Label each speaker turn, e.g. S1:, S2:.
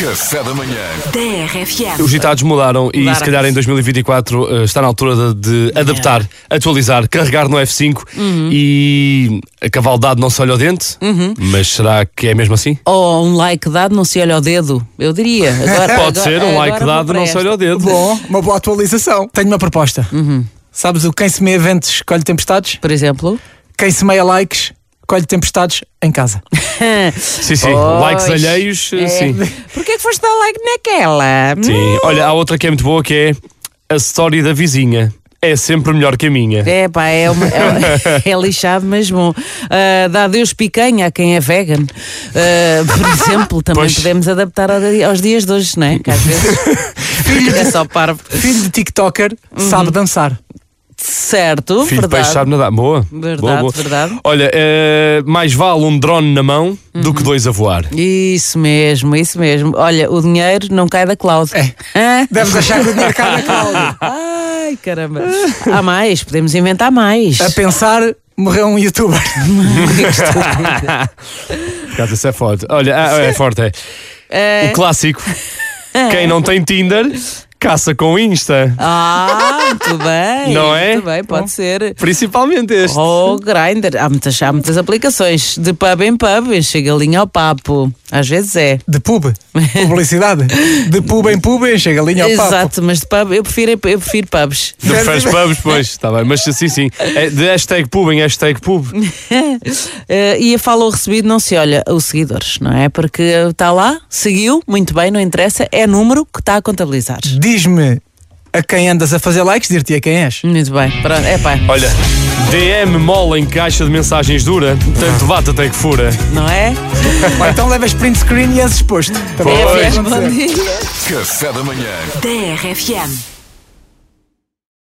S1: Café da manhã.
S2: TRFM.
S3: Os ditados mudaram e
S4: Mudaram.
S3: se calhar em 2024 eh, está na altura de, de adaptar, atualizar, carregar no F5
S4: Uhum.
S3: e a cavaldade não se olha o dente, mas será que é mesmo assim?
S4: Ou Uhum. um like dado não se olha ao dedo, eu diria. Agora,
S3: Pode
S4: agora-
S3: ser, um like
S4: agora
S3: dado
S4: vou
S3: não se
S4: para
S3: olha o dedo.
S5: Bom, uma boa atualização. Uhum. Tenho uma proposta. Sabes o quem semeia ventos colhe tempestades?
S4: esta. Por exemplo,
S5: Quem semeia likes colhe tempestades em casa.
S3: Sim, sim.
S4: Pois.
S3: Likes alheios, eh,
S4: É.
S3: sim.
S4: porquê que foste dar like naquela? Hum?
S3: Sim. assim? Olha, há outra que é muito boa que é a story da vizinha. É sempre melhor que a minha.
S4: É pá, é, uma- é- é lixado, mas bom. Ah, dá Deus picanha a quem é vegan. Ah, por exemplo, também
S3: Pois.
S4: podemos adaptar ao di- aos dias de hoje, não é? Que às vezes fica só parvo.
S5: Filho de TikToker sabe dançar.
S4: Certo,
S3: Filho de
S4: verdade.
S3: peixe sabe nadar. Boa.
S4: Verdade,
S3: boa, boa.
S4: verdade.
S3: Olha, eh, mais vale um drone na mão do que dois a voar.
S4: Isso mesmo, isso mesmo. Olha, o dinheiro não cai da Cláudia.
S3: É.
S4: Hã?
S5: Deves achar que o dinheiro cai na Cláudia.
S4: Ai, caramba. Há mais, podemos inventar mais.
S5: A pensar, morreu um youtuber.
S3: Por acaso, isso é forte. Olha, ah, é forte, é. O clássico. Quem não tem Tinder, caça com Insta.
S4: Ah, muito bem.
S3: Não é?
S4: Muito bem, pode ser.
S3: Principalmente este.
S4: Ou Grindr. Há muitas, há muitas aplicações. De pub em pub, enche a galinha ao papo. Às vezes é.
S5: De pub. Publicidade. De pub em pub, enche a galinha ao papo.
S4: Exato, mas de pub, eu prefiro, eu prefiro pubs.
S3: Tu preferes pubs, pois, está bem, mas sim, sim. É de hashtag pub em hashtag pub.
S4: Eh, e a fala ou recebido não se olha os seguidores, não é? Porque está lá, seguiu, muito bem, não interessa, é número que está a contabilizar.
S5: Hum. Diz-me a quem andas a fazer likes, dir-te a quem és.
S4: Muito bem, pronto, é pá,
S3: Olha, DM mola em caixa de mensagens dura, tanto bate até que fura.
S4: não é?
S5: Ou então levas print screen e és exposto. Também
S3: Pois.
S5: pode
S4: É,
S5: acontecer.
S4: bom dia.
S1: Café da manhã.
S2: TRFM.